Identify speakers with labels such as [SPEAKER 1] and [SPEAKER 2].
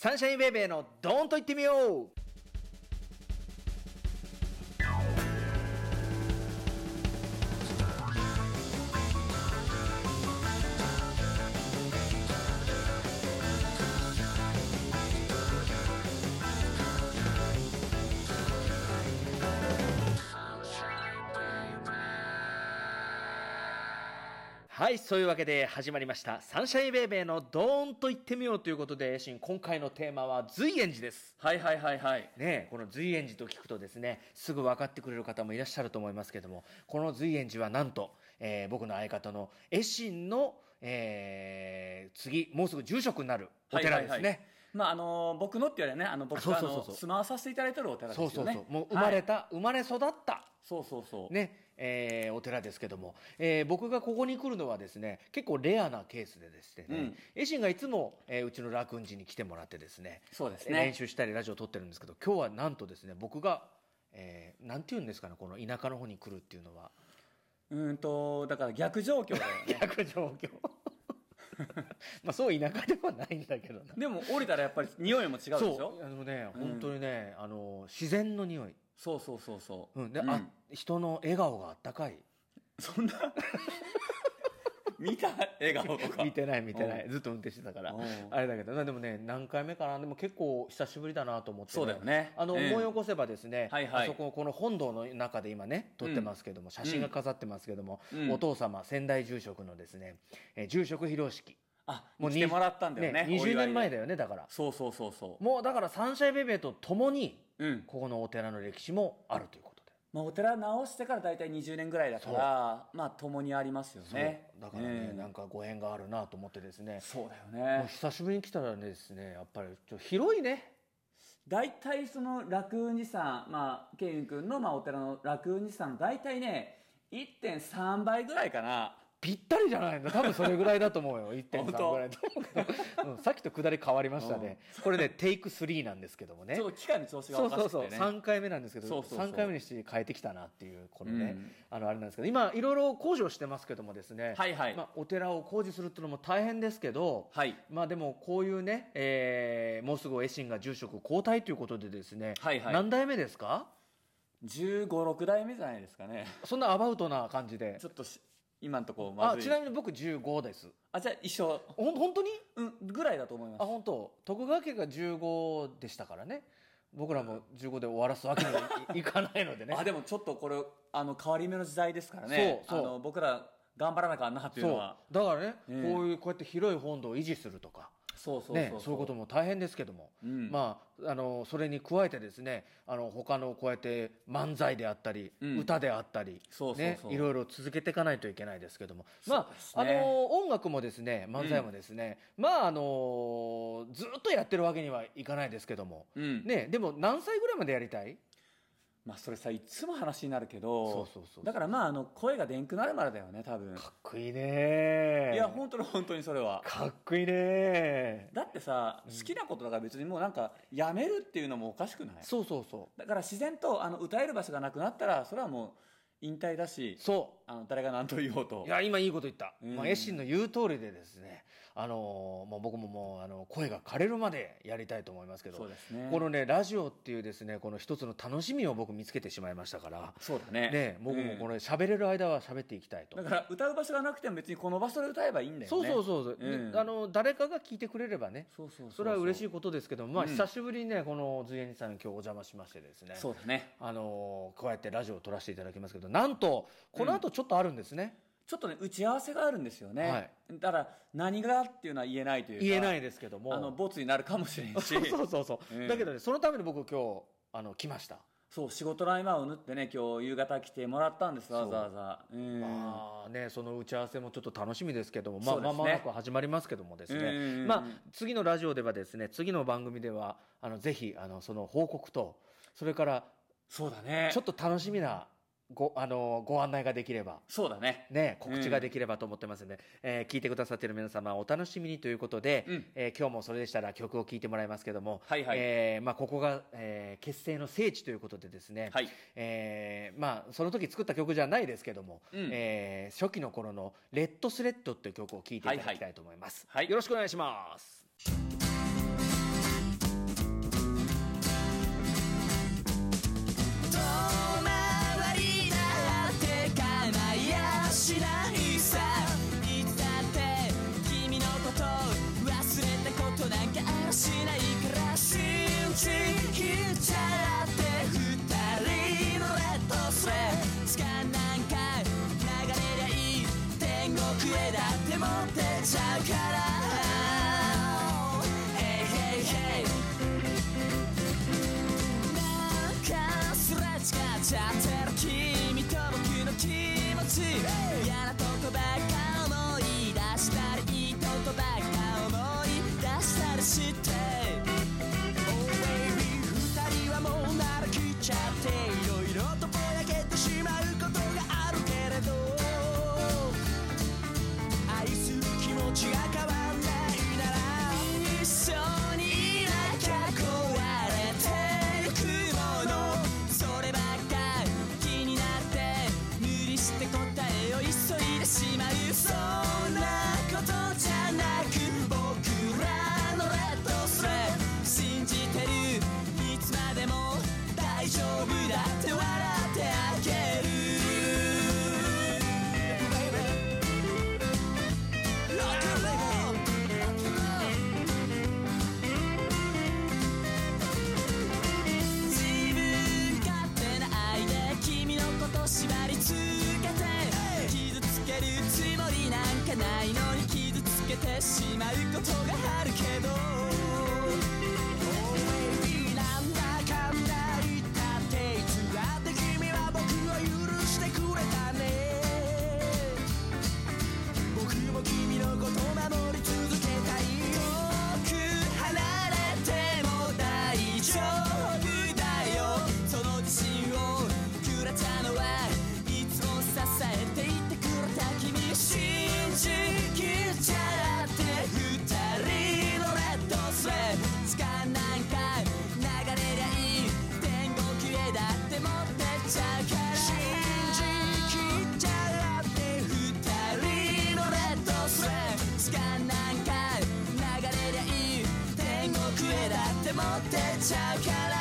[SPEAKER 1] サンシャインベイベーのドーンと言ってみようはい、そういうわけで始まりました。サンシャインベイベーのドーンと言ってみようということで、シン、今回のテーマは随園寺です。
[SPEAKER 2] はいはいはいはい。
[SPEAKER 1] ねえ、この随園寺と聞くとですね、すぐ分かってくれる方もいらっしゃると思いますけども、この随園寺はなんと、えー僕の相方の絵心の、えー次、もうすぐ住職になるお寺ですね。
[SPEAKER 2] はいはいはいまああのー僕のって言われね、あの僕
[SPEAKER 1] そう
[SPEAKER 2] があ
[SPEAKER 1] そうそう
[SPEAKER 2] の
[SPEAKER 1] そう
[SPEAKER 2] 住まわさせていただいてるお寺です
[SPEAKER 1] そ
[SPEAKER 2] よ
[SPEAKER 1] う
[SPEAKER 2] ね。
[SPEAKER 1] そうそう。もう生まれ
[SPEAKER 2] はい
[SPEAKER 1] た、生まれ育った
[SPEAKER 2] そうそうそう。
[SPEAKER 1] ね、えーお寺ですけども、えー僕がここに来るのはですね、結構レアなケースでですね、
[SPEAKER 2] うん
[SPEAKER 1] エシンがいつも、えーうちの楽雲寺に来てもらってですね、
[SPEAKER 2] そうですね
[SPEAKER 1] 練習したりラジオ撮ってるんですけど、今日はなんとですね、僕が、えーなんて言うんですかね、この田舎の方に来るっていうのは、
[SPEAKER 2] うーんとだから逆状況だよ ね。
[SPEAKER 1] 逆状況。まあそう田舎ではないんだけどな。
[SPEAKER 2] でも降りたらやっぱり匂いも違うでしょ。
[SPEAKER 1] そう、あのね、本当にね、あの、自然の匂い。
[SPEAKER 2] そうそうそうそう。
[SPEAKER 1] うん、で、あ、人の笑顔があったかい。
[SPEAKER 2] そんな 見た笑顔とか。
[SPEAKER 1] 見てない見てないずっと運転してたから
[SPEAKER 2] うん
[SPEAKER 1] あれだけどなでもね何回目かなでも結構久しぶりだなと思って、
[SPEAKER 2] そうだよね
[SPEAKER 1] あの
[SPEAKER 2] ええ
[SPEAKER 1] 思い起こせばですね、
[SPEAKER 2] はいはい
[SPEAKER 1] あそここの本堂の中で今ね撮ってますけども、写真が飾ってますけども、
[SPEAKER 2] うん
[SPEAKER 1] お父様仙台住職のですね、えー住職披露式
[SPEAKER 2] あ、もう来て
[SPEAKER 1] に
[SPEAKER 2] もらったんだよね。お祝い
[SPEAKER 1] 20
[SPEAKER 2] で
[SPEAKER 1] 年前だ。よねだから
[SPEAKER 2] そうそうそうそう。
[SPEAKER 1] もうだからサンシャインベイベーと共に、
[SPEAKER 2] うん
[SPEAKER 1] ここのお寺の歴史もあるということで
[SPEAKER 2] まあお寺直してから大体20年ぐらいだから、まあ共にありますよね。
[SPEAKER 1] だからね、
[SPEAKER 2] うん
[SPEAKER 1] なんかご縁があるなと思ってですね
[SPEAKER 2] そうだよ
[SPEAKER 1] もう
[SPEAKER 2] ね。
[SPEAKER 1] 久しぶりに来たらですねやっぱりちょっと広いね
[SPEAKER 2] 大体その楽雲寺さん、まあ、ケイン君のまあお寺の楽雲寺さんの大体ね、1.3倍ぐらいかな。
[SPEAKER 1] ぴったりじゃないの多分それぐらいだと思うよ
[SPEAKER 2] 本
[SPEAKER 1] 1.3
[SPEAKER 2] 当
[SPEAKER 1] ぐらいだと思うけど、うんさっきと下り変わりましたね、これねテイク3なんですけどもね
[SPEAKER 2] ちょっと機械の調子が
[SPEAKER 1] そ
[SPEAKER 2] お
[SPEAKER 1] う
[SPEAKER 2] か
[SPEAKER 1] そ
[SPEAKER 2] し
[SPEAKER 1] う
[SPEAKER 2] く
[SPEAKER 1] そ
[SPEAKER 2] て
[SPEAKER 1] う、
[SPEAKER 2] ね。
[SPEAKER 1] 3回目なんですけど
[SPEAKER 2] そうそうそう
[SPEAKER 1] 3回目にして変えてきたなっていうこのね、
[SPEAKER 2] うん
[SPEAKER 1] あのあれなんですけど今いろいろ工事をしてますけどもですね、
[SPEAKER 2] はいはい
[SPEAKER 1] まあ、お寺を工事するっていうのも大変ですけど、
[SPEAKER 2] はい
[SPEAKER 1] まあ、でもこういうね、えーもうすぐ維新が住職交代ということでですね、
[SPEAKER 2] はいはい
[SPEAKER 1] 何代目ですか
[SPEAKER 2] 15、6代目じゃないですかね。
[SPEAKER 1] そんなアバウトな感じで
[SPEAKER 2] ちょっとし今のところま
[SPEAKER 1] あ
[SPEAKER 2] ずい。
[SPEAKER 1] ちなみに僕15です
[SPEAKER 2] あ、じゃあ一緒、
[SPEAKER 1] ほん本当に
[SPEAKER 2] うん、ぐらいだと思いま
[SPEAKER 1] あ
[SPEAKER 2] す。
[SPEAKER 1] 本当徳川家が15でしたからね僕らも15で終わらすわけにはいいかないのでね
[SPEAKER 2] あでもちょっとこれ、あの、変わり目の時代ですからね。
[SPEAKER 1] そうそう
[SPEAKER 2] あの、僕ら頑張らなきゃなっていう
[SPEAKER 1] そ
[SPEAKER 2] の
[SPEAKER 1] う
[SPEAKER 2] は。
[SPEAKER 1] だからね、
[SPEAKER 2] ええ
[SPEAKER 1] こういうこうやって広い本堂を維持するとか
[SPEAKER 2] そうそうそう
[SPEAKER 1] ね、そういうことも大変ですけども、
[SPEAKER 2] ん
[SPEAKER 1] まあ、あのそれに加えてですねあの他のこうやって漫才であったり、
[SPEAKER 2] うん
[SPEAKER 1] 歌であったり
[SPEAKER 2] そうそう
[SPEAKER 1] ね
[SPEAKER 2] そう
[SPEAKER 1] いろいろ続けていかないといけないですけども、ま
[SPEAKER 2] そ
[SPEAKER 1] あ
[SPEAKER 2] うですね
[SPEAKER 1] あの音楽もですね漫才もですね、まああのずっとやってるわけにはいかないですけども、
[SPEAKER 2] うん
[SPEAKER 1] ね、でも何歳ぐらいまでやりたい
[SPEAKER 2] まあそれさ、いつも話になるけど。
[SPEAKER 1] そうそうそう
[SPEAKER 2] だからまあ、あの、声がでんくなるまでだよね、多分。
[SPEAKER 1] かっこいいね
[SPEAKER 2] いや、本当に本当にそれは。
[SPEAKER 1] かっこいいね
[SPEAKER 2] だってさ、好きなことだから別にもうなんか、やめるっていうのもおかしくない
[SPEAKER 1] そうそうそ
[SPEAKER 2] だから自然と、あの、歌える場所がなくなったら、それはもう、引退だし
[SPEAKER 1] う。、そ
[SPEAKER 2] あの、誰が何と言おう
[SPEAKER 1] う。
[SPEAKER 2] と
[SPEAKER 1] い。や、今いいこと言った。
[SPEAKER 2] うん
[SPEAKER 1] まあ、エシンの言う通りでですね、あのーもう僕ももう、あの、声が枯れるまでやりたいと思いますけど、
[SPEAKER 2] そうですね
[SPEAKER 1] このね、ラジオっていうですね、この一つの楽しみを僕見つけてしまいましたから、
[SPEAKER 2] そうだね。
[SPEAKER 1] ね、僕も
[SPEAKER 2] うん
[SPEAKER 1] これ喋れる間は喋っていきたいと。
[SPEAKER 2] だから、歌う場所がなくても別にこの場所で歌えばいいんだよね。
[SPEAKER 1] そうそうそうそう、
[SPEAKER 2] ん
[SPEAKER 1] であ、の誰かが聞いてくれればね
[SPEAKER 2] そうそうそうそう
[SPEAKER 1] れは嬉しいことですけども、まあ、
[SPEAKER 2] うん
[SPEAKER 1] 久しぶりにねこの随園寺さんに今日お邪魔しましてですね
[SPEAKER 2] そうだね。
[SPEAKER 1] あのーこうやってラジオを撮らせていただきますけど、なんと、この後ちょっとあるんですね。
[SPEAKER 2] ちょっとね、打ち合わせがあるんですよね。
[SPEAKER 1] はい
[SPEAKER 2] だから、何がっていうのは言えないというか。。
[SPEAKER 1] 言えないいですけども。
[SPEAKER 2] あの、ボツになるかもしれん し。
[SPEAKER 1] そうそうそうそう、
[SPEAKER 2] うん
[SPEAKER 1] だけどね、そのために僕今日、あの、来ました。
[SPEAKER 2] そう、仕事の合間を縫ってね、今日夕方来てもらったんです、わざわざ。うん。
[SPEAKER 1] まあね、その打ち合わせもちょっと楽しみですけども、まあ、
[SPEAKER 2] そう
[SPEAKER 1] ま
[SPEAKER 2] で
[SPEAKER 1] あ
[SPEAKER 2] すね
[SPEAKER 1] まもなく始まりますけどもです
[SPEAKER 2] うんうん
[SPEAKER 1] ね。
[SPEAKER 2] うん
[SPEAKER 1] まあ、次のラジオではですね、次の番組では、あの、ぜひ、あの、その報告と、それから、
[SPEAKER 2] そうだね。
[SPEAKER 1] ちょっと楽しみな、ご、あの、ご案内ができれば。
[SPEAKER 2] そうだね。
[SPEAKER 1] ね、告知ができればと思ってますんで、えー聞いてくださってる皆様お楽しみにということで、
[SPEAKER 2] うん
[SPEAKER 1] えー今日もそれでしたら曲を聴いてもらいますけども、
[SPEAKER 2] はいはい
[SPEAKER 1] えーまあ、ここが、えー結成の聖地ということでですね、
[SPEAKER 2] はい
[SPEAKER 1] えーまあ、その時作った曲じゃないですけども、
[SPEAKER 2] うん
[SPEAKER 1] えー初期の頃の「レッドスレッド」という曲を聴いていただきたいと思います、
[SPEAKER 2] はいはいはい
[SPEAKER 1] よろしくお願いします。
[SPEAKER 3] ちゃってる君と僕の気持ち嫌なことばっか思い出したりいいことばっか思い出したりして Oh baby 二人はもう慣れきっちゃっていろいろとぼやけてしまうことがあるけれど愛する気持ちが変わらないなら一緒にいなきゃ壊れてゆくものそればっか気になって無理して答えを急いでしまうそんなことじゃなく僕らのレッドスレッ信じてるいつまでも大丈夫だって笑ってあげる Baby Rock and roll. Rock and roll. 自分勝手な愛で君のこと縛りつけて傷つけるつもりなんかないのに傷つけてしまうことがあるけど Oh baby なんだかんだ言ったっていつだって君は僕を許してくれたね僕も君のこと守り続けたい遠く離れても大丈夫だよその自信をくれたのはいつも支えていてくれた君信じきっちゃって二人のレッドスレッ時間なんか流れりゃいい天国へだって持ってっちゃうから信じきっちゃって二人のレッドスレッ時間なんか流れりゃいい天国へだって持ってっちゃうから